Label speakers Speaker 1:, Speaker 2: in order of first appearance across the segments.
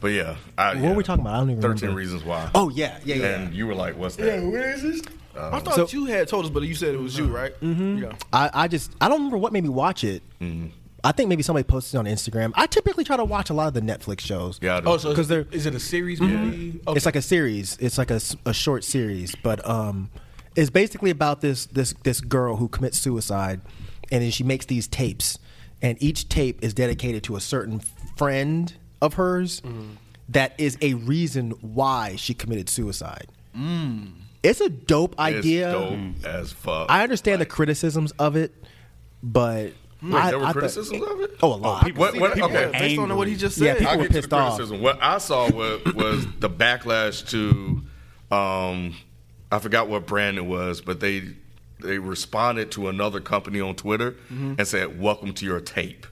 Speaker 1: But yeah, I,
Speaker 2: What
Speaker 1: yeah.
Speaker 2: were we talking about? I don't even
Speaker 1: Thirteen
Speaker 2: remember.
Speaker 1: Reasons Why.
Speaker 2: Oh yeah, yeah, yeah.
Speaker 1: and you were like, "What's that?"
Speaker 3: what is this? I thought
Speaker 2: So-
Speaker 3: you had told us, but you said it was you, right? Mm-hmm. Yeah.
Speaker 2: I, I just I don't remember what made me watch it.
Speaker 1: Mm-hmm.
Speaker 2: I think maybe somebody posted it on Instagram. I typically try to watch a lot of the Netflix shows.
Speaker 1: Got it.
Speaker 3: Oh, so because
Speaker 2: 'Cause
Speaker 3: Mm-hmm. Oh,
Speaker 2: they're-
Speaker 3: is it a series movie?
Speaker 2: It's like a series. It's like a, s- a short series, but um, it's basically about this this this girl who commits suicide, and then she makes these tapes, and each tape is dedicated to a certain friend of hers
Speaker 1: Mm-hmm.
Speaker 2: that is a reason why she committed suicide. It's a dope
Speaker 1: Mm. It's
Speaker 2: idea. Mm.
Speaker 1: dope as fuck.
Speaker 2: I understand the criticisms of it, but
Speaker 1: Wait,
Speaker 2: I,
Speaker 1: there were
Speaker 2: I thought-
Speaker 1: criticisms of it?
Speaker 2: Oh, a lot.
Speaker 1: people- What- what-
Speaker 3: People
Speaker 1: okay.
Speaker 3: are based on
Speaker 4: Angry.
Speaker 3: what he just
Speaker 2: Yeah,
Speaker 3: said.
Speaker 2: people-
Speaker 1: I
Speaker 2: were
Speaker 1: get to
Speaker 2: pissed
Speaker 1: the
Speaker 2: off.
Speaker 1: criticism. What I saw was, was the backlash to, um, I forgot what brand it was, but they they responded to another company on Twitter
Speaker 2: Mm-hmm.
Speaker 1: and said, "Welcome to your tape,"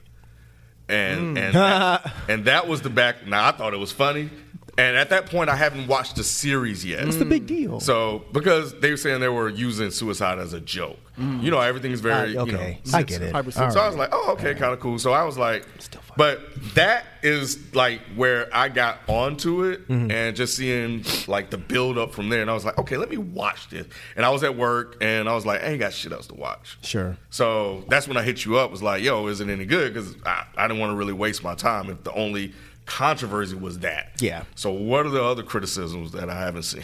Speaker 2: Mm.
Speaker 1: and and that, and that was the back. Now I thought it was funny, and at that point I haven't watched the series yet.
Speaker 2: What's the big deal?
Speaker 1: Mm. So because they were saying they were using suicide as a joke, you know everything is very
Speaker 2: Mm. I-
Speaker 1: you know,
Speaker 2: okay. I get it.
Speaker 1: sensitive.
Speaker 2: All
Speaker 1: So I was like, oh okay, kind of cool. So I was like,
Speaker 2: Still fun.
Speaker 1: but that is like where I got onto it
Speaker 2: Mm-hmm.
Speaker 1: and just seeing like the build up from there, and I was like, okay, let me watch this. And I was at work and I was like, I ain't got shit else to watch.
Speaker 2: Sure.
Speaker 1: So that's when I hit you up. Was like, yo, is it any good? Because I, I didn't want to really waste my time if the only controversy was that.
Speaker 2: Yeah.
Speaker 1: So what are the other criticisms that I haven't seen?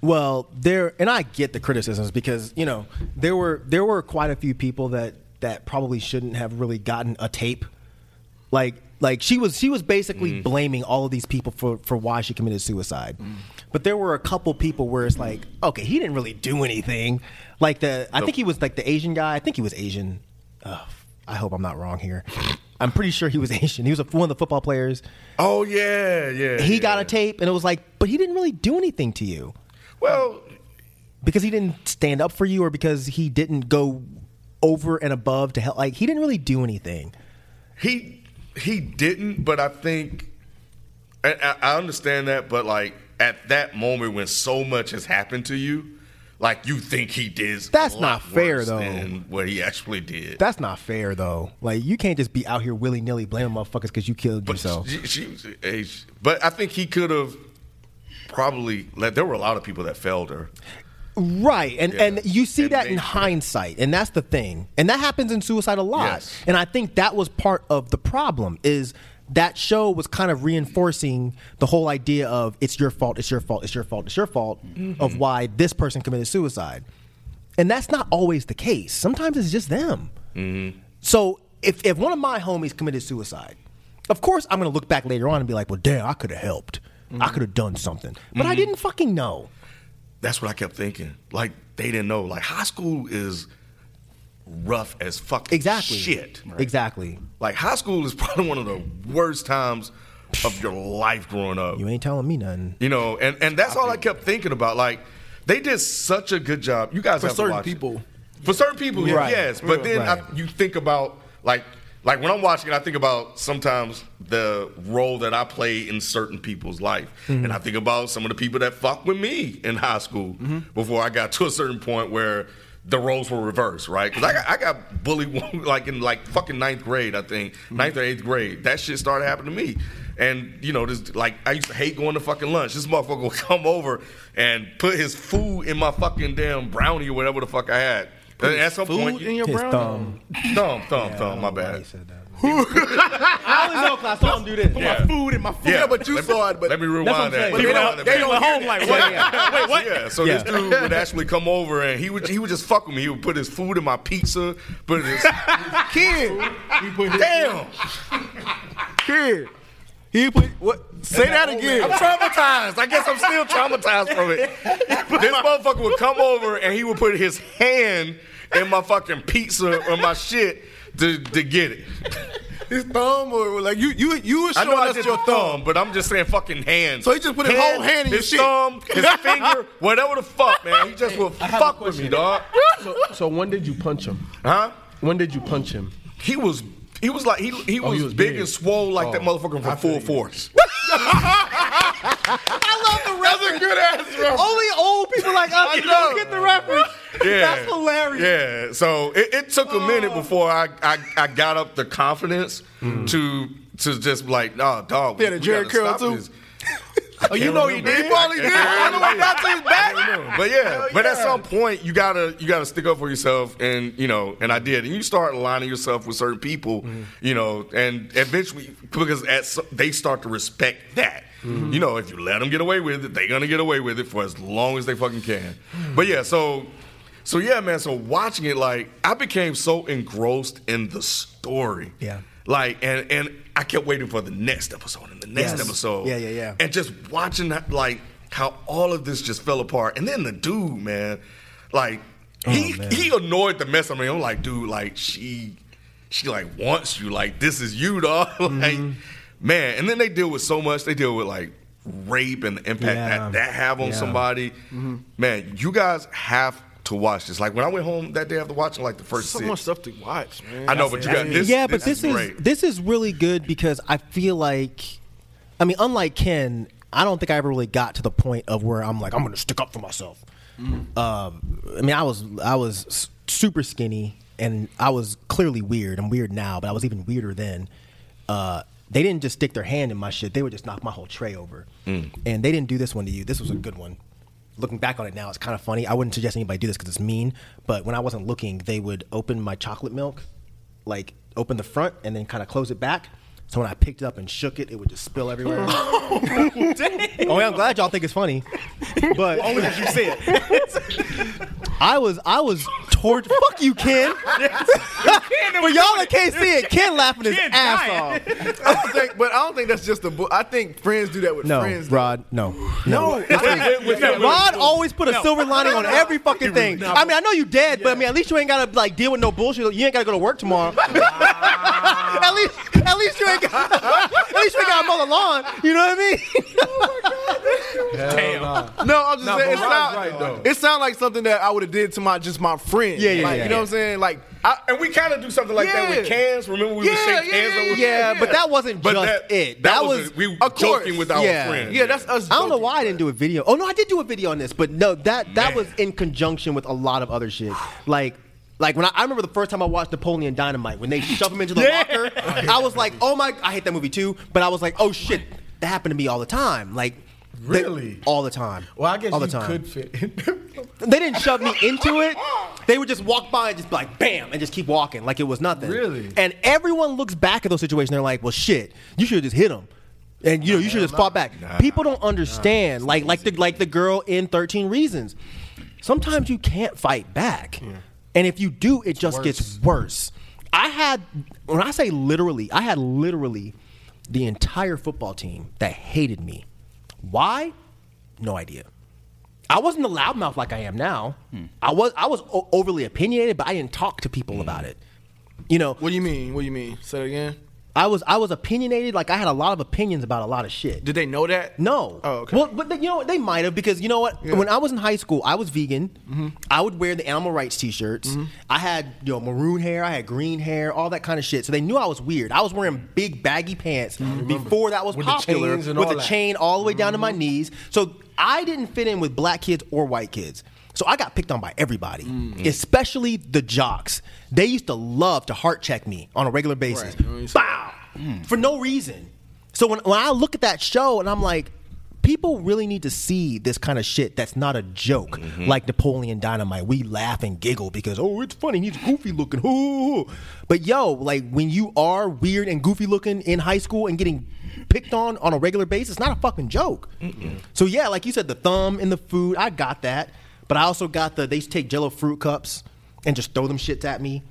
Speaker 2: Well, there and I get the criticisms because you know there were there were quite a few people that that probably shouldn't have really gotten a tape. Like like she was she was basically blaming all of these people for for why she committed suicide. But there were a couple people where it's like, okay, he didn't really do anything. Like the I think he was like the Asian guy. I think he was Asian. Ugh, I hope I'm not wrong here. I'm pretty sure he was Asian. He was a, one of the football players.
Speaker 1: Oh yeah, yeah.
Speaker 2: He
Speaker 1: yeah.
Speaker 2: got a tape and it was like, but he didn't really do anything to you
Speaker 1: Well,
Speaker 2: because he didn't stand up for you or because he didn't go over and above to help like he didn't really do anything
Speaker 1: he he didn't, but I think I, I- I understand that. But like at that moment when so much has happened to you, like you think he did. a
Speaker 2: That's
Speaker 1: lot
Speaker 2: not fair,
Speaker 1: worse
Speaker 2: though.
Speaker 1: Than what he actually did.
Speaker 2: that's not fair though like you can't just be out here willy-nilly blaming motherfuckers because you killed
Speaker 1: but
Speaker 2: yourself
Speaker 1: she, she was- eh, she- but I think he could have probably. Like, there were a lot of people that failed her.
Speaker 2: right and
Speaker 1: Yeah.
Speaker 2: and you see
Speaker 1: And
Speaker 2: that
Speaker 1: they-
Speaker 2: in hindsight and that's the thing and that happens in suicide a lot
Speaker 1: Yes.
Speaker 2: and i think that was part of the problem is that show was kind of reinforcing the whole idea of it's your fault it's your fault it's your fault it's your fault
Speaker 1: Mm-hmm.
Speaker 2: of why this person committed suicide and that's not always the case sometimes it's just them
Speaker 1: Mm-hmm.
Speaker 2: So if if one of my homies committed suicide, of course I'm gonna look back later on and be like, well, damn, I could have helped.
Speaker 1: Mm-hmm.
Speaker 2: I could have done something, but I didn't fucking know.
Speaker 1: That's what I kept thinking. Like they didn't know. Like high school is rough as fucking
Speaker 2: Exactly.
Speaker 1: shit.
Speaker 2: Exactly.
Speaker 1: Like high school is probably one of the worst times of your life growing up.
Speaker 2: You ain't telling me nothing.
Speaker 1: You know, and and that's all I kept thinking about. Like they did such a good job. You guys
Speaker 3: For
Speaker 1: have to
Speaker 3: certain
Speaker 1: watch it.
Speaker 3: people.
Speaker 1: For certain people,
Speaker 2: Right.
Speaker 1: yes. But then
Speaker 2: Right.
Speaker 1: I, you think about like like when I'm watching it, I think about sometimes the role that I play in certain people's life, and I think about some of the people that fucked with me in high school before I got to a certain point where. The roles were reversed, right? Because I got, I got bullied like in like fucking ninth grade, I think ninth or eighth grade. That shit started happening to me, and you know this like I used to hate going to fucking lunch. This motherfucker would come over and put his food in my fucking damn brownie or whatever the fuck I had. And at some
Speaker 3: Food
Speaker 1: point,
Speaker 3: in your
Speaker 2: His
Speaker 3: brownie?
Speaker 2: thumb.
Speaker 1: thumb, thumb,
Speaker 3: Oh,
Speaker 1: thumb. My
Speaker 2: Why
Speaker 1: bad.
Speaker 2: you said that? I only know 'cause I saw him do this.
Speaker 1: Yeah.
Speaker 3: Food in my food.
Speaker 1: Yeah,
Speaker 3: but you
Speaker 1: let me-
Speaker 3: saw it. But
Speaker 1: let me
Speaker 2: That's what
Speaker 1: rewind
Speaker 2: I'm
Speaker 1: that.
Speaker 2: saying.
Speaker 1: But
Speaker 2: People
Speaker 1: don't-
Speaker 3: at-
Speaker 1: they don't
Speaker 3: people at
Speaker 1: hear
Speaker 3: home
Speaker 1: that.
Speaker 3: like, what?
Speaker 1: Wait, what? Yeah, so this
Speaker 2: Yeah.
Speaker 1: dude would actually come over and he would he would just fuck with me. He would put his food in my pizza, put his
Speaker 3: kid,
Speaker 1: damn.
Speaker 3: kid, he put what? Say that
Speaker 1: I'm
Speaker 3: again.
Speaker 1: traumatized. I guess I'm still traumatized from it. This motherfucker would come over and he would put his hand in my fucking pizza or my shit to to get it.
Speaker 3: His thumb or like you, you, you were
Speaker 1: I
Speaker 3: showing
Speaker 1: know I
Speaker 3: us
Speaker 1: did
Speaker 3: your
Speaker 1: the
Speaker 3: thumb.
Speaker 1: thumb, but I'm just saying fucking hands.
Speaker 3: So he just put his whole hand in your
Speaker 1: his
Speaker 3: shit.
Speaker 1: thumb, his finger, whatever the fuck, man. He just will fuck with me, dog.
Speaker 5: So, so when did you punch him?
Speaker 1: Huh?
Speaker 5: When did you punch him?
Speaker 1: He was he was like he he
Speaker 3: Oh,
Speaker 1: was,
Speaker 5: he was
Speaker 1: big,
Speaker 5: big.
Speaker 1: and swole like that motherfucker from Full Force.
Speaker 2: I love the reference.
Speaker 1: Good ass, bro.
Speaker 2: Only old people like us
Speaker 1: know.
Speaker 2: don't get the reference.
Speaker 3: Oh,
Speaker 2: That's hilarious.
Speaker 1: Yeah. So it, it took a minute before I, I, I got up the confidence to to just like, nah, dog.
Speaker 3: Hmm. He had a
Speaker 1: we
Speaker 3: Jerry
Speaker 1: gotta
Speaker 3: Curl,
Speaker 1: stop
Speaker 3: too.
Speaker 1: this."
Speaker 3: Oh, you know he did. He probably did. I know he got to his back.
Speaker 1: But yeah, but at some point you gotta you gotta stick up for yourself, and you know, and I did, and you start aligning yourself with certain people,
Speaker 2: Mm-hmm.
Speaker 1: you know, and eventually because at some, they start to respect that.
Speaker 2: Mm-hmm.
Speaker 1: You know, if you let them get away with it, they're gonna get away with it for as long as they fucking can.
Speaker 2: Mm-hmm.
Speaker 1: But yeah, so so yeah, man. So watching it, like I became so engrossed in the story.
Speaker 2: Yeah.
Speaker 1: Like and and I kept waiting for the next episode and the next
Speaker 2: Yes.
Speaker 1: episode.
Speaker 2: Yeah, yeah, yeah.
Speaker 1: And and just watching that, like how all of this just fell apart. And then the dude, man, like he
Speaker 2: Oh, man.
Speaker 1: he annoyed the mess. I mean, I'm like, dude, like she she like wants you, like this is you, dog. like
Speaker 2: Mm-hmm.
Speaker 1: man. And then they deal with so much. They deal with like rape and the impact
Speaker 2: Yeah.
Speaker 1: that that have on
Speaker 2: Yeah. Mm-hmm.
Speaker 1: somebody. Man, you guys have to watch this. Like when I went home that day after watching like the first
Speaker 3: So
Speaker 1: six,
Speaker 3: much stuff to watch, man.
Speaker 1: I know, but you got this.
Speaker 2: yeah, but this, is,
Speaker 1: great.
Speaker 2: this is really good because I feel like, I mean, unlike Ken, I don't think I ever really got to the point of where I'm like I'm going to stick up for myself. Um, I mean, I was I was s- super skinny and I was clearly weird. I'm weird now, but I was even weirder then. Uh, they didn't just stick their hand in my shit; they would just knock my whole tray over. And they didn't do this one to you. This was a good one. Looking back on it now, it's kind of funny. I wouldn't suggest anybody do this because it's mean. But when I wasn't looking, they would open my chocolate milk like open the front and then kind of close it back. So when I picked it up and shook it, it would just spill everywhere. oh, yeah, I'm glad y'all think it's funny, but only because you see it. I was I was toward fuck you, Ken. For y'all that can't see it, Ken laughing his
Speaker 4: Ken
Speaker 2: ass
Speaker 4: dying.
Speaker 2: off.
Speaker 3: I don't think, but I don't think that's just a book. I think friends do that with
Speaker 2: No,
Speaker 3: friends. though.
Speaker 2: Rod, no,
Speaker 3: No,
Speaker 2: no.
Speaker 3: I think-
Speaker 2: Rod always put a silver lining on every fucking thing. I mean, I know you dead, but I mean, at least you ain't gotta like deal with no bullshit. You ain't gotta go to work tomorrow. at least, at least you ain't. Got, at least you ain't gotta mow the lawn. You know what I mean?
Speaker 4: Damn.
Speaker 3: No, I'm just
Speaker 5: Nah,
Speaker 3: saying it
Speaker 5: but Rod's
Speaker 3: sound,
Speaker 5: right, though.
Speaker 3: it sound like something that I would have did to my just my friend.
Speaker 2: Yeah, yeah,
Speaker 3: like,
Speaker 2: yeah.
Speaker 3: You know what I'm saying? Like I,
Speaker 1: and we kind of do something like that with
Speaker 3: Yeah.
Speaker 1: cans. Remember we would
Speaker 3: Yeah,
Speaker 1: shake
Speaker 3: yeah,
Speaker 1: hands
Speaker 3: yeah,
Speaker 1: over
Speaker 2: Yeah, but that wasn't
Speaker 1: But
Speaker 2: just
Speaker 1: that-
Speaker 2: it.
Speaker 1: that
Speaker 2: That,
Speaker 1: was-
Speaker 2: was,
Speaker 1: we were
Speaker 3: of course.
Speaker 1: joking with our
Speaker 3: yeah.
Speaker 1: friends.
Speaker 3: Yeah, that's us.
Speaker 2: I don't know
Speaker 3: joking.
Speaker 2: why I didn't do a video. Oh no, I did do a video on this, but no, that that
Speaker 1: Man.
Speaker 2: was in conjunction with a lot of other shit. Like like when I, I remember the first time I watched Napoleon Dynamite when they shove him into the locker, I was like, oh my, I hate that movie too. But I was like, oh shit, that happened to me all the time. Like. they-
Speaker 5: Really?
Speaker 2: all the time.
Speaker 5: Well, I guess
Speaker 2: all
Speaker 5: you
Speaker 2: the time.
Speaker 5: could fit. in.
Speaker 2: They didn't shove me into it. They would just walk by and just be like, bam, and just keep walking like it was nothing.
Speaker 5: Really?
Speaker 2: And everyone looks back at those situations. They're like, well, shit, you should have just hit them. And you know, you should have just fought back. People don't understand. like, like the like the girl in Thirteen Reasons. Sometimes you can't fight back, and if you do, it just gets worse. I had when I say literally, I had literally the entire football team that hated me. Why? No idea. I wasn't a loudmouth like I am now. I was I was o- overly opinionated, but I didn't talk to people about it. You know,
Speaker 3: What do you mean? What do you mean? Say it again.
Speaker 2: I was I was opinionated. Like I had a lot of opinions about a lot of shit.
Speaker 3: Did they know that?
Speaker 2: no.
Speaker 3: Oh, okay.
Speaker 2: Well, but they, you know what? They might have because you know what? When I was in high school, I was vegan.
Speaker 5: Mm-hmm.
Speaker 2: I would wear the animal rights T-shirts. I had you know maroon hair. I had green hair. All that kind of shit. So they knew I was weird. I was wearing big baggy pants before that was
Speaker 5: Mm-hmm. With the
Speaker 2: popular
Speaker 5: chains and
Speaker 2: with
Speaker 5: all
Speaker 2: a
Speaker 5: that. Mm-hmm.
Speaker 2: chain all the way down to my knees. So I didn't fit in with black kids or white kids. So I got picked on by everybody,
Speaker 5: Mm.
Speaker 2: especially the jocks. They used to love to heart check me on a regular basis. Bow! For no reason. So when, when I look at that show and I'm like, people really need to see this kind of shit that's not a joke.
Speaker 5: Mm-hmm.
Speaker 2: Like Napoleon Dynamite. We laugh and giggle because, oh, it's funny. He's goofy looking. Hoo, hoo, hoo. But yo, like when you are weird and goofy looking in high school and getting picked on on a regular basis, it's not a fucking joke. So yeah, like you said, the thumb in the food, I got that. But I also got the, they used to take jello fruit cups and just throw them shits at me.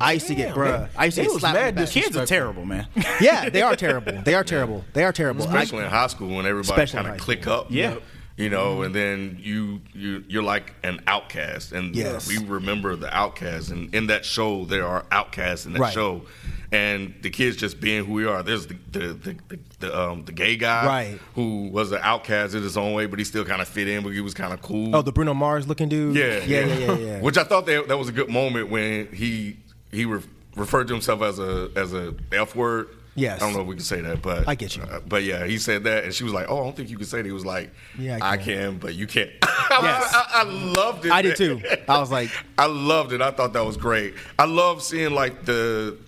Speaker 2: I used to get, bruh. I used to
Speaker 5: They
Speaker 2: get
Speaker 5: was
Speaker 2: slapped. in
Speaker 5: mad
Speaker 2: the back.
Speaker 4: Kids are terrible, man.
Speaker 2: Yeah, they are terrible. They are terrible. They are terrible. I-
Speaker 1: especially in high school when everybody
Speaker 2: Especially in
Speaker 1: kind of
Speaker 2: high
Speaker 1: click up.
Speaker 4: Yeah.
Speaker 1: You know, and then you you you're like an outcast, and
Speaker 2: Yes.
Speaker 1: we remember the outcasts. And in that show, there are outcasts in that
Speaker 2: Right.
Speaker 1: show, and the kids just being who we are. There's the the the, the, the, um, the gay guy
Speaker 2: Right.
Speaker 1: who was an outcast in his own way, but he still kind of fit in, but he was kind of cool.
Speaker 2: Oh, the Bruno Mars looking dude.
Speaker 1: Yeah,
Speaker 2: yeah, yeah, yeah. yeah.
Speaker 1: Which I thought that that was a good moment when he he re- referred to himself as a as a f word.
Speaker 2: Yes.
Speaker 1: I don't know if we can say that, but
Speaker 2: I get you.
Speaker 1: uh, but yeah, he said that, and she was like, "Oh, I don't think you can say that." He was like,
Speaker 2: Yeah,
Speaker 1: I
Speaker 2: I
Speaker 1: can, but you can't." I, was-
Speaker 2: Yes.
Speaker 1: I, I loved it.
Speaker 2: I did
Speaker 1: man.
Speaker 2: too. I was like-
Speaker 1: I loved it. I thought that was great. I love seeing like the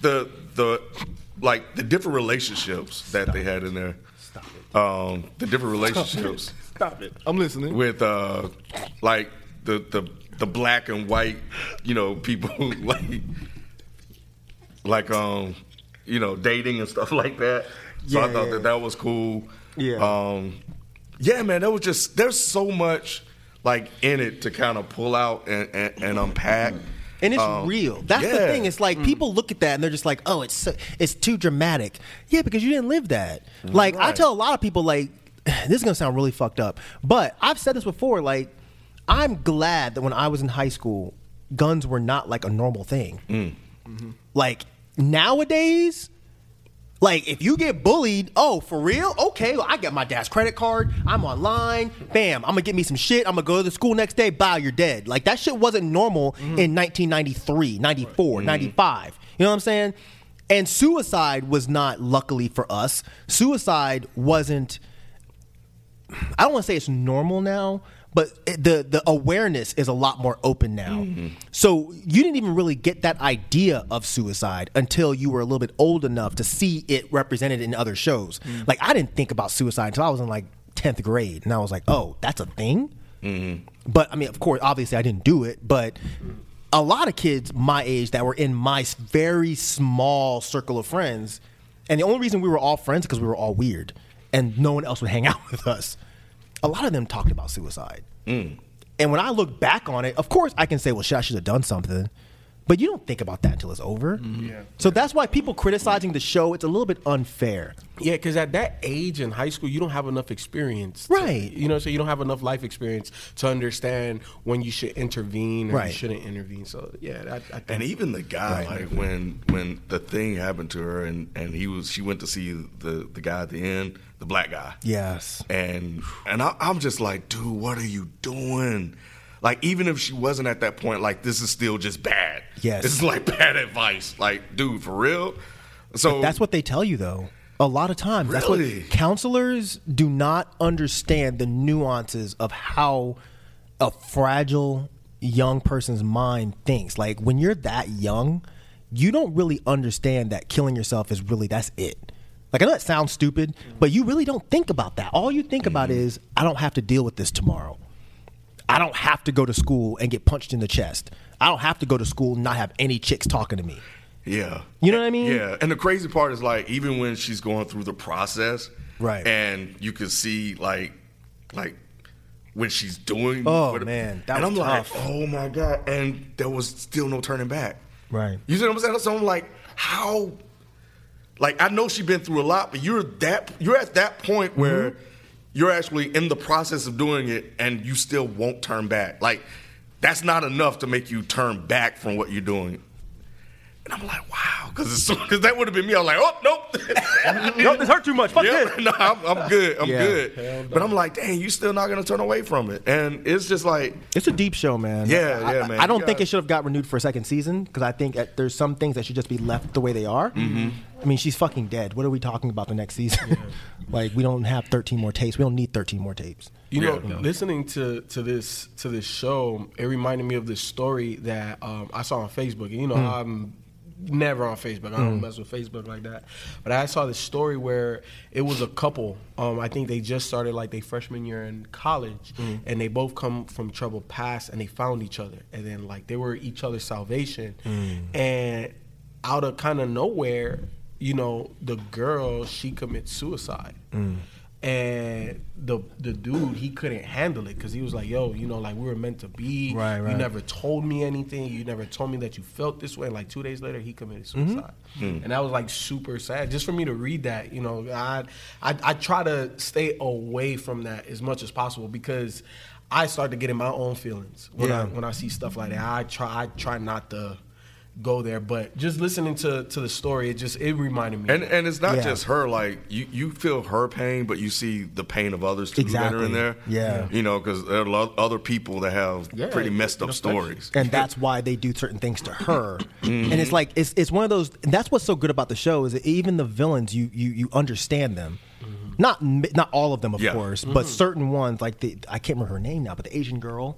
Speaker 1: the the like the different relationships that they had in there. Stop it. Um, the different relationships
Speaker 2: Stop it.
Speaker 3: I'm listening.
Speaker 1: with uh, like the the the black and white, you know, people like like um, you know, dating and stuff like that. So I
Speaker 2: Yeah,
Speaker 1: thought
Speaker 2: yeah.
Speaker 1: that that was cool.
Speaker 2: Yeah.
Speaker 1: Um, yeah, man, that was just there's so much like in it to kind of pull out and, and, and unpack.
Speaker 2: And it's
Speaker 1: Um,
Speaker 2: real. That's the
Speaker 1: yeah. Mm.
Speaker 2: thing. It's like people look at that and they're just like, "Oh, it's so, it's too dramatic." Yeah, because you didn't live that. Like I
Speaker 1: Right.
Speaker 2: tell a lot of people, like this is gonna sound really fucked up, but I've said this before. Like I'm glad that when I was in high school, guns were not like a normal thing.
Speaker 1: Mm.
Speaker 2: Like nowadays, like if you get bullied, oh for real? Okay, well, I got my dad's credit card. I'm online. Bam! I'm gonna get me some shit. I'm gonna go to the school next day. Bye, you're dead. Like that shit wasn't normal in 1993, 94, 95. You know what I'm saying? And suicide was not, luckily for us, suicide wasn't. I don't want to say it's normal now, but it, the the awareness is a lot more open now. So you didn't even really get that idea of suicide until you were a little bit old enough to see it represented in other shows. Like I didn't think about suicide until I was in like tenth grade, and I was like, "Oh, that's a thing." But I mean, of course, obviously, I didn't do it, but. A lot of kids my age that were in my s- very small circle of friends, and the only reason we were all friends because we were all weird, and no one else would hang out with us a lot of them talked about suicide. And when I look back on it, of course I can say, well, shit, I should have done something. But you don't think about that until it's over. So that's why people criticizing the show, it's a little bit unfair.
Speaker 5: Yeah, because at that age in high school, you don't have enough experience. to-
Speaker 2: Right.
Speaker 5: you know, so you don't have enough life experience to understand when you should intervene or
Speaker 2: Right.
Speaker 5: you shouldn't intervene. So, yeah, I, I think.
Speaker 1: And even the guy, like when when the thing happened to her, and and he was she went to see the the guy at the end, the black guy.
Speaker 2: Yes.
Speaker 1: And and I, I'm just like, dude, what are you doing? Like even if she wasn't at that point, like this is still just bad.
Speaker 2: Yes.
Speaker 1: this is like bad advice. Like, dude, for real. So
Speaker 2: That's what they tell you, though. A lot of times, that's
Speaker 1: Really?
Speaker 2: what counselors do not understand the nuances of how a fragile young person's mind thinks. Like when you're that young, you don't really understand that killing yourself is really that's it. Like I know that sounds stupid, but you really don't think about that. All you think about
Speaker 1: Mm-hmm.
Speaker 2: is I don't have to deal with this tomorrow. I don't have to go to school and get punched in the chest. I don't have to go to school and not have any chicks talking to me.
Speaker 1: Yeah.
Speaker 2: You know what I mean?
Speaker 1: Yeah. And the crazy part is like even when she's going through the process,
Speaker 2: Right.
Speaker 1: And you can see like like when she's doing
Speaker 2: Oh,
Speaker 1: what-
Speaker 2: man, that
Speaker 1: and
Speaker 2: was
Speaker 1: I'm
Speaker 2: tough.
Speaker 1: like, oh my God. And there was still no turning back.
Speaker 2: Right.
Speaker 1: You see what I'm saying? So I'm like, how like I know she's been through a lot, but you're that you're at that
Speaker 2: Mm-hmm.
Speaker 1: point where you're actually in the process of doing it and you still won't turn back. Like that's not enough to make you turn back from what you're doing. And I'm like, wow, because because that would have been me. I was like, oh nope,
Speaker 2: Nope, this hurt too much. Fuck
Speaker 1: yeah,
Speaker 2: this.
Speaker 1: no, I'm, I'm good, I'm
Speaker 2: Yeah.
Speaker 5: Hell
Speaker 1: good. But I'm like, dang, you still not gonna turn away from it. And it's just like,
Speaker 2: It's a deep show, man.
Speaker 1: Yeah,
Speaker 2: I-
Speaker 1: yeah,
Speaker 2: I-
Speaker 1: man.
Speaker 2: I don't
Speaker 1: You
Speaker 2: think
Speaker 1: gotta-
Speaker 2: it should have got renewed for a second season because I think that there's some things that should just be left the way they are.
Speaker 1: Mm-hmm.
Speaker 2: I mean, she's fucking dead. What are we talking about the next season? like, we don't have 13 more tapes. We don't need 13 more tapes.
Speaker 5: You know,
Speaker 1: Yeah.
Speaker 5: listening to, to this to this show, it reminded me of this story that um, I saw on Facebook. And you know, I'm never on Facebook. I don't mess with Facebook like that. But I saw this story where it was a couple. Um, I think they just started like their freshman year in college, and they both come from troubled past, and they found each other, and then like they were each other's salvation, and out of kind of nowhere, you know, the girl she commits suicide
Speaker 2: Mm.
Speaker 5: and the the dude he couldn't handle it because he was like, "Yo, you know, like we were meant to be.
Speaker 2: Right, right.
Speaker 5: You never told me anything. You never told me that you felt this way." And like two days later, he committed
Speaker 2: Mm-hmm.
Speaker 5: suicide, and that was like super sad. Just for me to read that, you know, I, I I try to stay away from that as much as possible because I start to get in my own feelings when
Speaker 2: Yeah.
Speaker 5: I when I see stuff like that. I try I try not to go there, but just listening to to the story, it just it reminded me.
Speaker 1: and and it's not
Speaker 2: Yeah.
Speaker 1: just her. Like you, you feel her pain, but you see the pain of others too that are
Speaker 2: Exactly.
Speaker 1: in there.
Speaker 2: Yeah.
Speaker 1: you know, because there are lo- other people that have
Speaker 5: Yeah,
Speaker 1: pretty messed up
Speaker 5: that's-
Speaker 1: stories.
Speaker 2: and that's why they do certain things to her.
Speaker 1: Mm-hmm.
Speaker 2: And it's like it's it's one of those. And that's what's so good about the show is that even the villains you you you understand them. Not m- not all of them, of
Speaker 1: Mm-hmm. Yeah. Mm-hmm.
Speaker 2: course, but certain ones like the I can't remember her name now, but the Asian girl.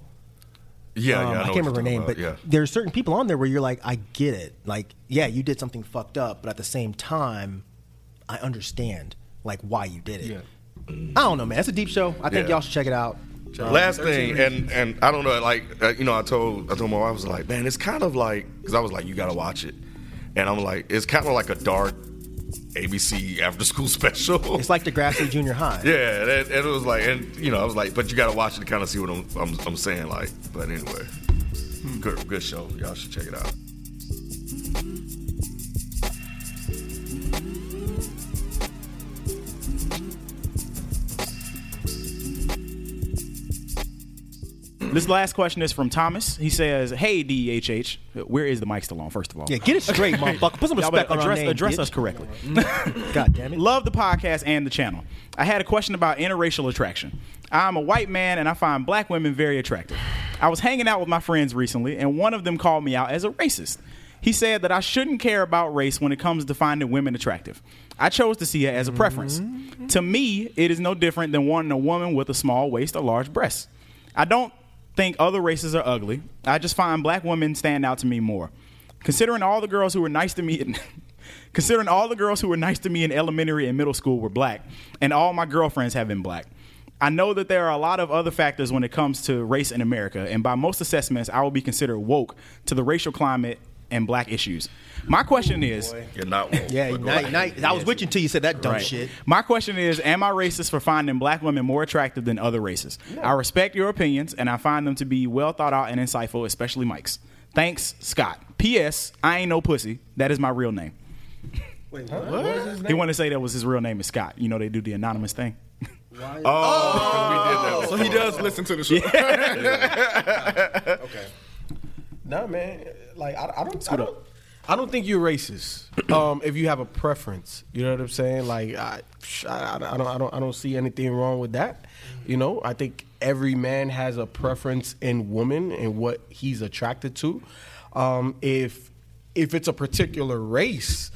Speaker 1: Yeah, yeah, I know
Speaker 2: Um, I
Speaker 1: what
Speaker 2: can't remember
Speaker 1: you're
Speaker 2: her name,
Speaker 1: talking
Speaker 2: but
Speaker 1: about, yeah.
Speaker 2: there are certain people on there where you're like, I get it. Like, yeah, you did something fucked up, but at the same time, I understand like why you did it. I don't know, man. It's a deep show. I think
Speaker 1: Yeah.
Speaker 2: y'all should check it out. Um,
Speaker 1: Last thing, and and I don't know, like uh, you know, I told I told my wife I was like, man, it's kind of like because I was like, you gotta watch it, and I'm like, it's kind of like a dark ABC after school special.
Speaker 2: It's like Degrassi Junior High.
Speaker 1: yeah, that, and it was like, and you know, I was like, but you gotta watch it to kind of see what I'm, I'm I'm saying, like. But anyway,
Speaker 3: Hmm.
Speaker 1: good good show, y'all should check it out.
Speaker 4: This last question is from Thomas. He says, "Hey DHH, where is the mic still on? First of all,
Speaker 2: Yeah, get it straight, motherfucker. Put some
Speaker 4: Y'all
Speaker 2: respect
Speaker 4: better
Speaker 2: on our
Speaker 4: address,
Speaker 2: name,
Speaker 4: address
Speaker 2: bitch.
Speaker 4: us correctly."
Speaker 2: God damn it.
Speaker 4: Love the podcast and the channel. I had a question about interracial attraction. I'm a white man and I find black women very attractive. I was hanging out with my friends recently and one of them called me out as a racist. He said that I shouldn't care about race when it comes to finding women attractive. I chose to see it as a preference.
Speaker 2: Mm-hmm.
Speaker 4: To me, it is no different than wanting a woman with a small waist or large breasts. I don't think other races are ugly. I just find black women stand out to me more. Considering all the girls who were nice to me in, considering all the girls who were nice to me in elementary and middle school were black and all my girlfriends have been black. I know that there are a lot of other factors when it comes to race in America and by most assessments I will be considered woke to the racial climate and black issues. My question is
Speaker 1: You're not woke,
Speaker 2: Yeah,
Speaker 1: but go
Speaker 2: night,
Speaker 1: ahead.
Speaker 2: night. I was with you until you said that dumb
Speaker 4: Right.
Speaker 2: shit.
Speaker 4: My question is, am I racist for finding black women more attractive than other races? I respect your opinions, and I find them to be well thought out and insightful, especially Mike's. Thanks, Scott. P.S. I ain't no pussy. That is my real name.
Speaker 2: Wait, what?
Speaker 4: He wanted to say that was his real name is Scott. You know they do the anonymous thing.
Speaker 1: Oh, we did that.
Speaker 3: So he does listen to the show.
Speaker 5: Nah, man. Like I, I don't. I don't, I don't think you're racist. Um, if you have a preference, you know what I'm saying. Like I, I, I don't. I don't. I don't see anything wrong with that. You know, I think every man has a preference in woman and what he's attracted to. Um, if if it's a particular race,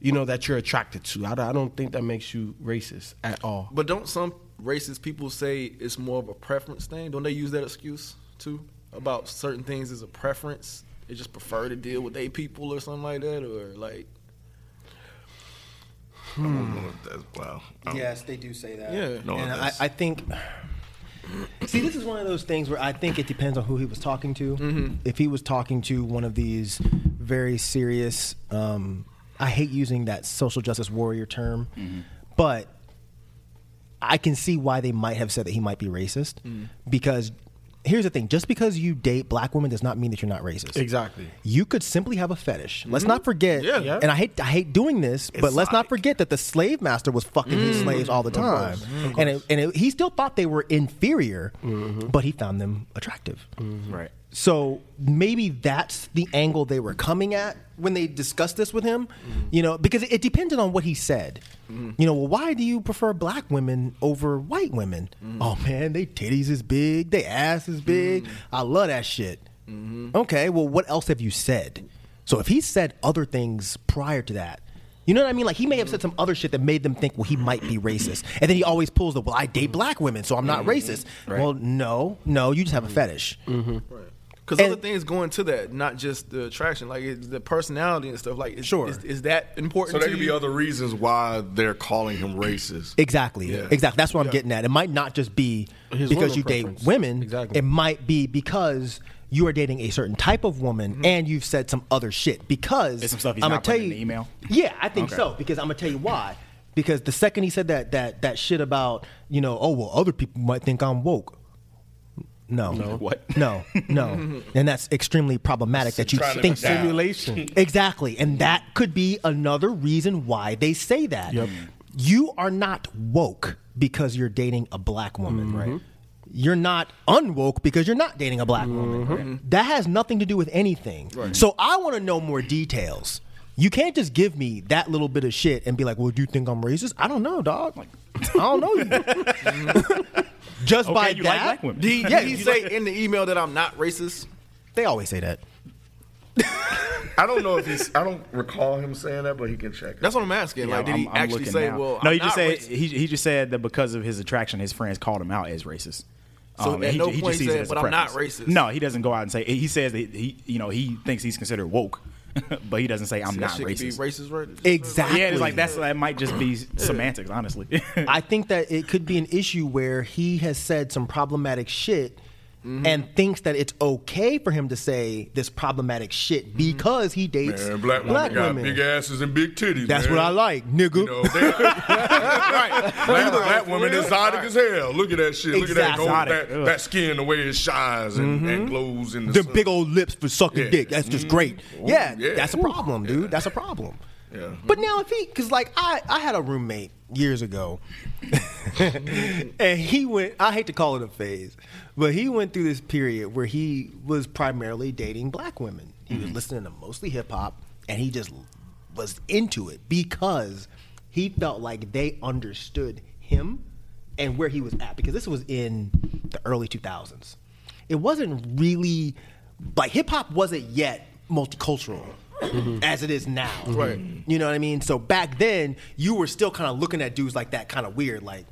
Speaker 5: you know that you're attracted to. I, don't- I don't think that makes you racist at all.
Speaker 6: But don't some racist people say it's more of a preference thing? Don't they use that excuse too about certain things as a preference? They just prefer to deal with they people or something like that, or like
Speaker 1: Wow. Um,
Speaker 2: Yes, they do say that.
Speaker 6: Yeah.
Speaker 1: No,
Speaker 2: and I,
Speaker 1: that's-
Speaker 2: I think. See, this is one of those things where I think it depends on who he was talking to. If he was talking to one of these very serious, um, I hate using that social justice warrior term, but I can see why they might have said that he might be racist. Because here's the thing just because you date black women does not mean that you're not racist.
Speaker 5: Exactly.
Speaker 2: You could simply have a fetish. Let's not forget.
Speaker 6: Mm-hmm. Yeah. Yeah.
Speaker 2: And I hate I hate doing this, but let's not forget that the slave master was fucking
Speaker 6: Mm.
Speaker 2: his slaves all the time, and it, and it, he still thought they were inferior,
Speaker 6: Mm-hmm.
Speaker 2: but he found them attractive.
Speaker 4: Right.
Speaker 2: So maybe that's the angle they were coming at when they discussed this with him, you know, because it depended on what he said. You know, well, why do you prefer black women over white women? Oh man, they titties is big, they ass is big. I love that shit. Okay, well, what else have you said? So if he said other things prior to that, you know what I mean? Like he may have said some other shit that made them think, well, he might be racist, and then he always pulls the, well, I date black women, so I'm not racist. Well, no, no, you just have a fetish.
Speaker 6: because
Speaker 2: And-
Speaker 6: other things go into that, not just the attraction, like it's the personality and stuff. Like, is,
Speaker 2: Sure.
Speaker 6: is, is that important?
Speaker 1: So there
Speaker 6: to
Speaker 1: could be
Speaker 6: you?
Speaker 1: other reasons why they're calling him racist.
Speaker 2: Exactly. Exactly. That's what I'm getting at. It might not just be
Speaker 5: His
Speaker 2: because
Speaker 5: woman
Speaker 2: you
Speaker 5: preference.
Speaker 2: date women.
Speaker 5: Exactly.
Speaker 2: It might be because you are dating a certain type of woman
Speaker 5: Mm-hmm.
Speaker 2: and you've said some other shit. Because
Speaker 4: There's some stuff he's
Speaker 2: I'ma
Speaker 4: not
Speaker 2: tell
Speaker 4: putting
Speaker 2: you,
Speaker 4: in the email?
Speaker 2: Yeah, I think
Speaker 4: Okay.
Speaker 2: so. Because I'm gonna tell you why. Because the second he said that that that shit about you know oh well other people might think I'm woke. No. No.
Speaker 4: What?
Speaker 2: No. No. and that's extremely problematic that you
Speaker 1: Trying to
Speaker 2: think
Speaker 1: be down.
Speaker 2: that. Exactly. And that could be another reason why they say that. You are not woke because you're dating a black woman,
Speaker 4: Mm-hmm.
Speaker 2: right? You're not unwoke because you're not dating a black
Speaker 4: Mm-hmm.
Speaker 2: woman. That has nothing to do with anything. So I want to know more details. You can't just give me that little bit of shit and be like, "Well, do you think I'm racist?" I don't know, dog. I don't know you. just
Speaker 4: Okay,
Speaker 2: by
Speaker 4: you like
Speaker 2: that,
Speaker 4: black women.
Speaker 6: Did he, did
Speaker 2: Yeah,
Speaker 6: he
Speaker 2: you
Speaker 6: say in the email that I'm not racist?
Speaker 2: they always say that.
Speaker 1: I don't know if he's. I don't recall him saying that, but he can check. It.
Speaker 6: That's what I'm asking.
Speaker 4: Yeah,
Speaker 6: like, did
Speaker 4: I'm-
Speaker 6: he
Speaker 4: I'm
Speaker 6: actually
Speaker 4: looking
Speaker 6: say,
Speaker 4: now.
Speaker 6: "Well,
Speaker 4: no,
Speaker 6: I'm
Speaker 4: he just
Speaker 6: not
Speaker 4: said
Speaker 6: racist"?
Speaker 4: he, he just said that because of his attraction, his friends called him out as racist.
Speaker 6: So
Speaker 4: Um,
Speaker 6: at
Speaker 4: he,
Speaker 6: no
Speaker 4: ju- he
Speaker 6: point
Speaker 4: just sees
Speaker 6: said,
Speaker 4: it as a
Speaker 6: "But I'm not
Speaker 4: preference."
Speaker 6: racist."
Speaker 4: No, he doesn't go out and say he says that he you know he thinks he's considered woke, but he doesn't say I'm
Speaker 6: That
Speaker 4: not
Speaker 6: shit could
Speaker 4: racist.
Speaker 6: Be racist, right?
Speaker 2: Exactly.
Speaker 4: Yeah, it's like that's that might just be semantics, honestly.
Speaker 2: I think that it could be an issue where he has said some problematic shit
Speaker 1: Mm-hmm.
Speaker 2: and thinks that it's okay for him to say this problematic shit because he dates
Speaker 1: Mm-hmm. Man, black, women got big asses and big titties.
Speaker 2: That's
Speaker 1: man.
Speaker 2: what I like, nigga.
Speaker 1: You know, they- right. Black, black woman is exotic as hell. Look at that shit. Look at that, gold,
Speaker 4: Exotic.
Speaker 1: that that skin, the way it shines and, and glows in the
Speaker 2: Mm-hmm. the
Speaker 1: sun.
Speaker 2: big old lips for sucking
Speaker 1: Yeah. Mm-hmm.
Speaker 2: dick. That's just great.
Speaker 1: Ooh,
Speaker 2: yeah,
Speaker 1: yeah.
Speaker 2: that's a
Speaker 1: Ooh.
Speaker 2: problem, dude. That's a problem.
Speaker 1: Yeah.
Speaker 2: Mm-hmm. But now if he, because like I, I had a roommate years ago, and he went. I hate to call it a phase, but he went through this period where he was primarily dating black women. He was listening to mostly hip hop, and he just was into it because he felt like they understood him and where he was at. Because this was in the early two thousands it wasn't really like hip hop wasn't yet multicultural as it is now. Right. You know what I mean? So back then, you were still kind of looking at dudes like that, kind of weird, like,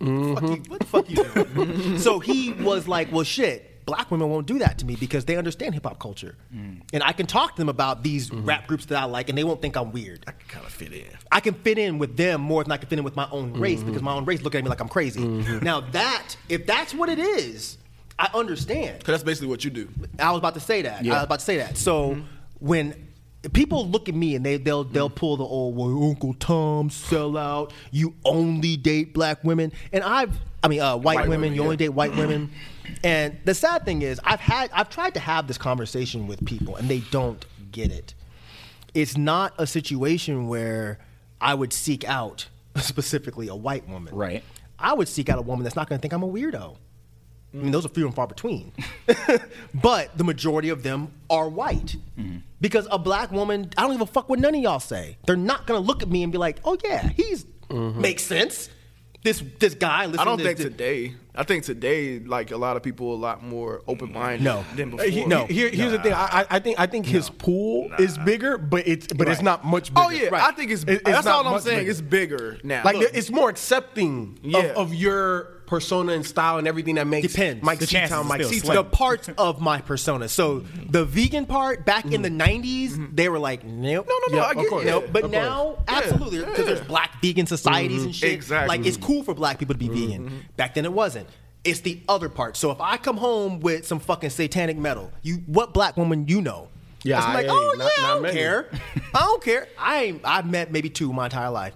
Speaker 2: fuck you, what the fuck you doing? so he was like, well, shit, black women won't do that to me because they understand hip hop culture, and I can talk to them about these rap groups that I like, and they won't think I'm weird.
Speaker 1: I can kind of fit in.
Speaker 2: I can fit in with them more than I can fit in with my own race because my own race look at me like I'm crazy. Now that, if that's what it is, I understand.
Speaker 6: Because that's basically what you do.
Speaker 2: I was about to say that. I was about to say that. So when people look at me and they they'll they'll pull the old well, Uncle Tom sell out. You only date black women, and I've I mean uh, white, women. Mm-hmm.
Speaker 6: women,
Speaker 2: you only date white women. And the sad thing is, I've had I've tried to have this conversation with people, and they don't get it. It's not a situation where I would seek out specifically a white woman.
Speaker 4: Right.
Speaker 2: I would seek out a woman that's not going to think I'm a weirdo. I mean, those are few and far between. but the majority of them are white.
Speaker 6: Mm-hmm.
Speaker 2: Because a black woman, I don't give a fuck what none of y'all say. They're not gonna look at me and be like, oh yeah, he's makes sense. This this guy listen
Speaker 6: Mm-hmm. I don't
Speaker 2: to
Speaker 6: think
Speaker 2: this-
Speaker 6: today. I think today, like a lot of people, are a lot more open minded
Speaker 2: No.
Speaker 6: than before.
Speaker 5: Hey, he-
Speaker 2: No.
Speaker 5: he- here- here's the thing. I, I- I think I think his pool is bigger, but it's but it's
Speaker 2: Right.
Speaker 5: not much bigger.
Speaker 6: Oh yeah, I think it's.
Speaker 5: It-
Speaker 6: that's
Speaker 5: not
Speaker 6: all I'm
Speaker 5: much
Speaker 6: saying.
Speaker 5: bigger.
Speaker 6: It's bigger now.
Speaker 5: like
Speaker 6: Look,
Speaker 5: it's more accepting
Speaker 6: Yeah.
Speaker 5: of, of your persona and style and everything that makes
Speaker 2: Depends.
Speaker 5: Mike
Speaker 2: The
Speaker 5: C
Speaker 4: chances
Speaker 5: Town
Speaker 4: is
Speaker 5: Mike
Speaker 4: still
Speaker 5: C
Speaker 4: slim.
Speaker 2: the parts of my persona. So
Speaker 5: Mm-hmm.
Speaker 2: the vegan part back in the '90s, they were like, nope, no,
Speaker 5: no, Yeah, I of get
Speaker 2: nope.
Speaker 5: course. Yeah, Mm-hmm.
Speaker 2: But
Speaker 5: of course.
Speaker 2: now, absolutely, because there's black vegan societies and shit.
Speaker 6: Exactly.
Speaker 2: Like it's cool for black people to be
Speaker 5: Mm-hmm.
Speaker 2: vegan. Back then, it wasn't. It's the other part. So if I come home with some fucking satanic metal, you what black woman you know?
Speaker 5: Yeah,
Speaker 2: I'm like,
Speaker 5: I-
Speaker 2: oh
Speaker 5: not-
Speaker 2: yeah, I
Speaker 5: not
Speaker 2: don't
Speaker 5: many."
Speaker 2: care. I don't care. I ain't, I've met maybe two my entire life.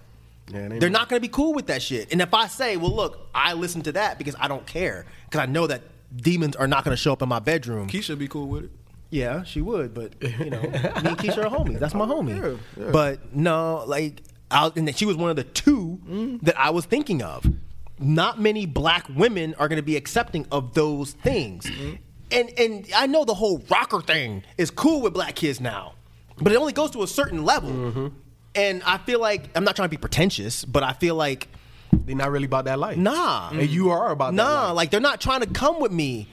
Speaker 5: Yeah, they
Speaker 2: They're not going to be cool with that shit. And if I say, well, look, I listen to that because I don't care, because I know that demons are not going to show up in my bedroom.
Speaker 6: Keisha be cool with it.
Speaker 2: Yeah, she would, but you know, me and Keisha are homies. That's
Speaker 5: Oh,
Speaker 2: my homie. But no, like, I, and that she was one of the two
Speaker 5: Mm.
Speaker 2: that I was thinking of. Not many black women are going to be accepting of those things,
Speaker 5: Mm-hmm.
Speaker 2: and and I know the whole rocker thing is cool with black kids now, but it only goes to a certain level.
Speaker 5: Mm-hmm.
Speaker 2: And I feel like I'm not trying to be pretentious, but I feel like
Speaker 5: They're not really about that life.
Speaker 2: nah,
Speaker 5: and you are Mm-hmm. about that
Speaker 2: nah,
Speaker 5: life.
Speaker 2: like they're not trying to come with me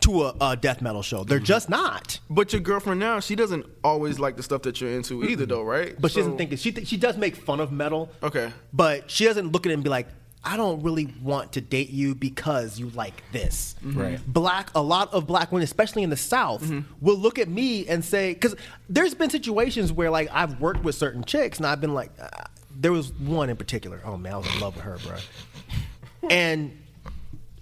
Speaker 2: to a, a death metal show. They're
Speaker 5: Mm-hmm.
Speaker 2: just not.
Speaker 6: But your girlfriend now, she doesn't always like the stuff that you're into either, though, right?
Speaker 2: But she
Speaker 6: So-
Speaker 2: doesn't think it. She th- she does make fun of metal.
Speaker 6: Okay.
Speaker 2: But she doesn't look at it and be like, I don't really want to date you because you like this. Right. Black, a lot of black women, especially in the South,
Speaker 6: Mm-hmm.
Speaker 2: will look at me and say, because there's been situations where like I've worked with certain chicks and I've been like, uh, there was one in particular. Oh man, I was in love with her, bro. and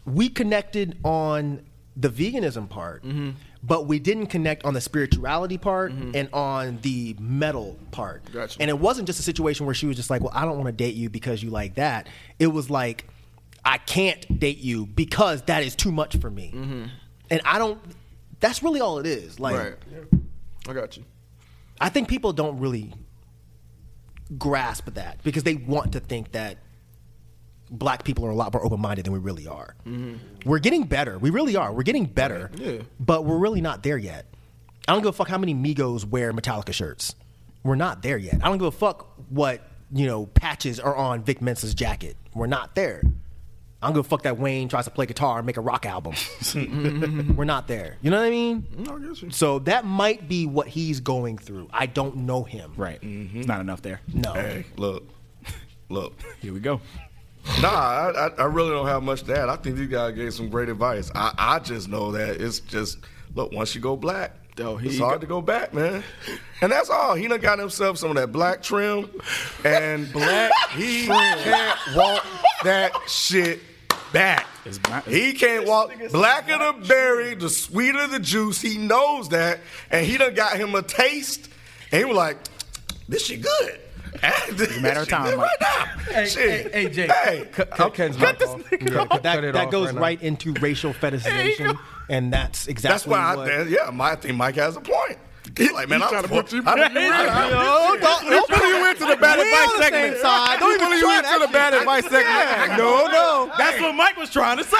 Speaker 2: we connected on the veganism part,
Speaker 6: Mm-hmm.
Speaker 2: but we didn't connect on the spirituality part and on the metal part.
Speaker 6: Gotcha.
Speaker 2: And it wasn't just a situation where she was just like, "Well, I don't want to date you because you like that." It was like, "I can't date you because that is too much for me," and I don't. That's really all it is. Like,
Speaker 6: Mm-hmm. Right. I got you.
Speaker 2: I think people don't really grasp that because they want to think that black people are a lot more open minded than we really are. We're getting better. We really are. We're getting better.
Speaker 6: Yeah.
Speaker 2: But we're really not there yet. I don't give a fuck how many Migos wear Metallica shirts. We're not there yet. I don't give a fuck what, you know, patches are on Vic Mensa's jacket. We're not there. I don't give a fuck that Wayne tries to play guitar and make a rock album. We're not there. You know what I mean?
Speaker 6: I get you.
Speaker 2: So that might be what he's going through. I don't know him.
Speaker 6: Mm-hmm.
Speaker 4: right. It's not enough there.
Speaker 2: No.
Speaker 1: Hey, look, look.
Speaker 4: Here we go.
Speaker 1: Nah, I, I, I really don't have much to add. I think these guys gave some great advice. I, I just know that it's just look once you go black,
Speaker 6: Yo, he
Speaker 1: it's hard
Speaker 6: got-
Speaker 1: to go back, man. And that's all. He done got himself some of that black trim and black. He can't walk that shit back.
Speaker 4: not-
Speaker 1: he can't walk. Blacker the berry, the sweeter the juice. He knows that, and he done got him a taste. And he was like, "This shit good." It's a
Speaker 4: matter of time,
Speaker 1: Right
Speaker 4: Mike.
Speaker 1: now.
Speaker 5: Hey,
Speaker 1: shit.
Speaker 5: hey, hey, Jake.
Speaker 1: Hey,
Speaker 5: Cut, cut Ken's mic
Speaker 4: this
Speaker 5: off.
Speaker 4: nigga
Speaker 5: Yeah, cut
Speaker 2: that,
Speaker 5: it
Speaker 2: that
Speaker 5: off
Speaker 2: goes
Speaker 5: now.
Speaker 2: right into racial fetishization, and that's exactly
Speaker 1: That's why,
Speaker 2: what.
Speaker 1: I, that- yeah, my, I think Mike has a point. He's like, man, I'm
Speaker 4: trying to
Speaker 1: poor.
Speaker 4: put you-
Speaker 1: I don't-
Speaker 4: He's
Speaker 1: I don't-
Speaker 4: trying to-
Speaker 2: Yo, don't, don't put you into the bad
Speaker 4: advice
Speaker 2: segment. Side. Don't even
Speaker 3: You went to the bad advice segment.
Speaker 2: No, no.
Speaker 6: Oh,
Speaker 4: That's what Mike was trying to say.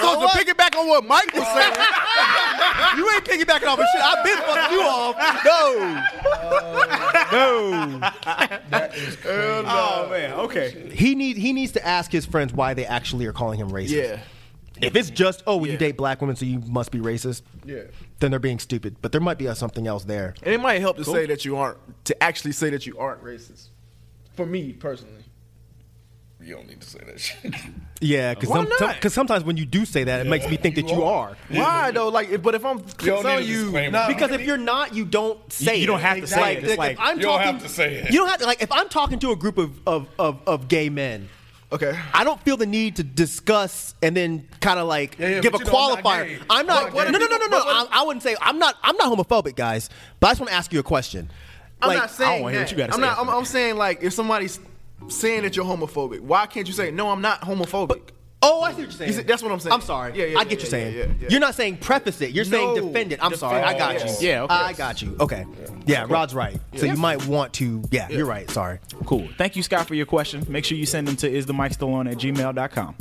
Speaker 3: So to piggyback on what Mike was saying,
Speaker 2: You ain't piggybacking off of shit. I've been fucking you off. No.
Speaker 4: oh man, okay.
Speaker 2: He need he needs to ask his friends why they actually are calling him racist.
Speaker 6: Yeah.
Speaker 2: If it's just oh, well, you
Speaker 6: Yeah.
Speaker 2: date black women, so you must be racist.
Speaker 6: Yeah.
Speaker 2: Then they're being stupid. But there might be uh, something else there.
Speaker 6: And it might help to say that you aren't, to actually say that you aren't racist. For me personally.
Speaker 1: You don't need to say that shit.
Speaker 2: Yeah, because
Speaker 6: Why not?
Speaker 2: sometimes when you do say that, it makes me think that you are.
Speaker 6: Why though? Like, if- but if I'm
Speaker 1: don't
Speaker 6: telling
Speaker 1: need a
Speaker 6: you,
Speaker 1: disclaimer.
Speaker 6: nah,
Speaker 2: Because if you're not, you don't say
Speaker 4: you
Speaker 2: it.
Speaker 4: don't have to say it. It's like-
Speaker 2: if I'm
Speaker 1: You don't
Speaker 2: talking-
Speaker 1: have to say it.
Speaker 2: You don't have to, like, if I'm talking to a group of, of, of, of gay men,
Speaker 6: okay,
Speaker 2: I don't feel the need to discuss and then kind of like
Speaker 6: yeah,
Speaker 2: give a
Speaker 6: but you know I'm not
Speaker 2: qualifier.
Speaker 6: gay.
Speaker 2: I'm not.
Speaker 6: But-
Speaker 2: no, no, no, no, no.
Speaker 6: but what-
Speaker 2: I, I wouldn't say I'm not. I'm not homophobic, guys. But I just want to ask you a question.
Speaker 6: I'm
Speaker 2: Like,
Speaker 6: not saying
Speaker 4: wanna
Speaker 6: that.
Speaker 4: hear what you gotta
Speaker 6: I'm
Speaker 4: say.
Speaker 6: not. I'm, I'm saying like, if somebody's saying that you're homophobic, why can't you say no? I'm not homophobic.
Speaker 2: Oh, I see what you're saying.
Speaker 6: You see, that's what I'm saying.
Speaker 2: I'm sorry.
Speaker 6: Yeah, yeah,
Speaker 2: I get
Speaker 6: yeah,
Speaker 2: you
Speaker 6: yeah,
Speaker 2: saying.
Speaker 6: yeah, yeah.
Speaker 2: You're not saying preface it. You're saying
Speaker 6: No.
Speaker 2: defend it. I'm sorry. I got
Speaker 6: Yes.
Speaker 2: you.
Speaker 4: Yeah, okay.
Speaker 2: I got you. Okay. Yeah, Rod's right. So you might want to. Yeah, you're right. Sorry.
Speaker 4: Cool. Thank you, Scott, for your question. Make sure you send them to is the mic still on at gmail.com.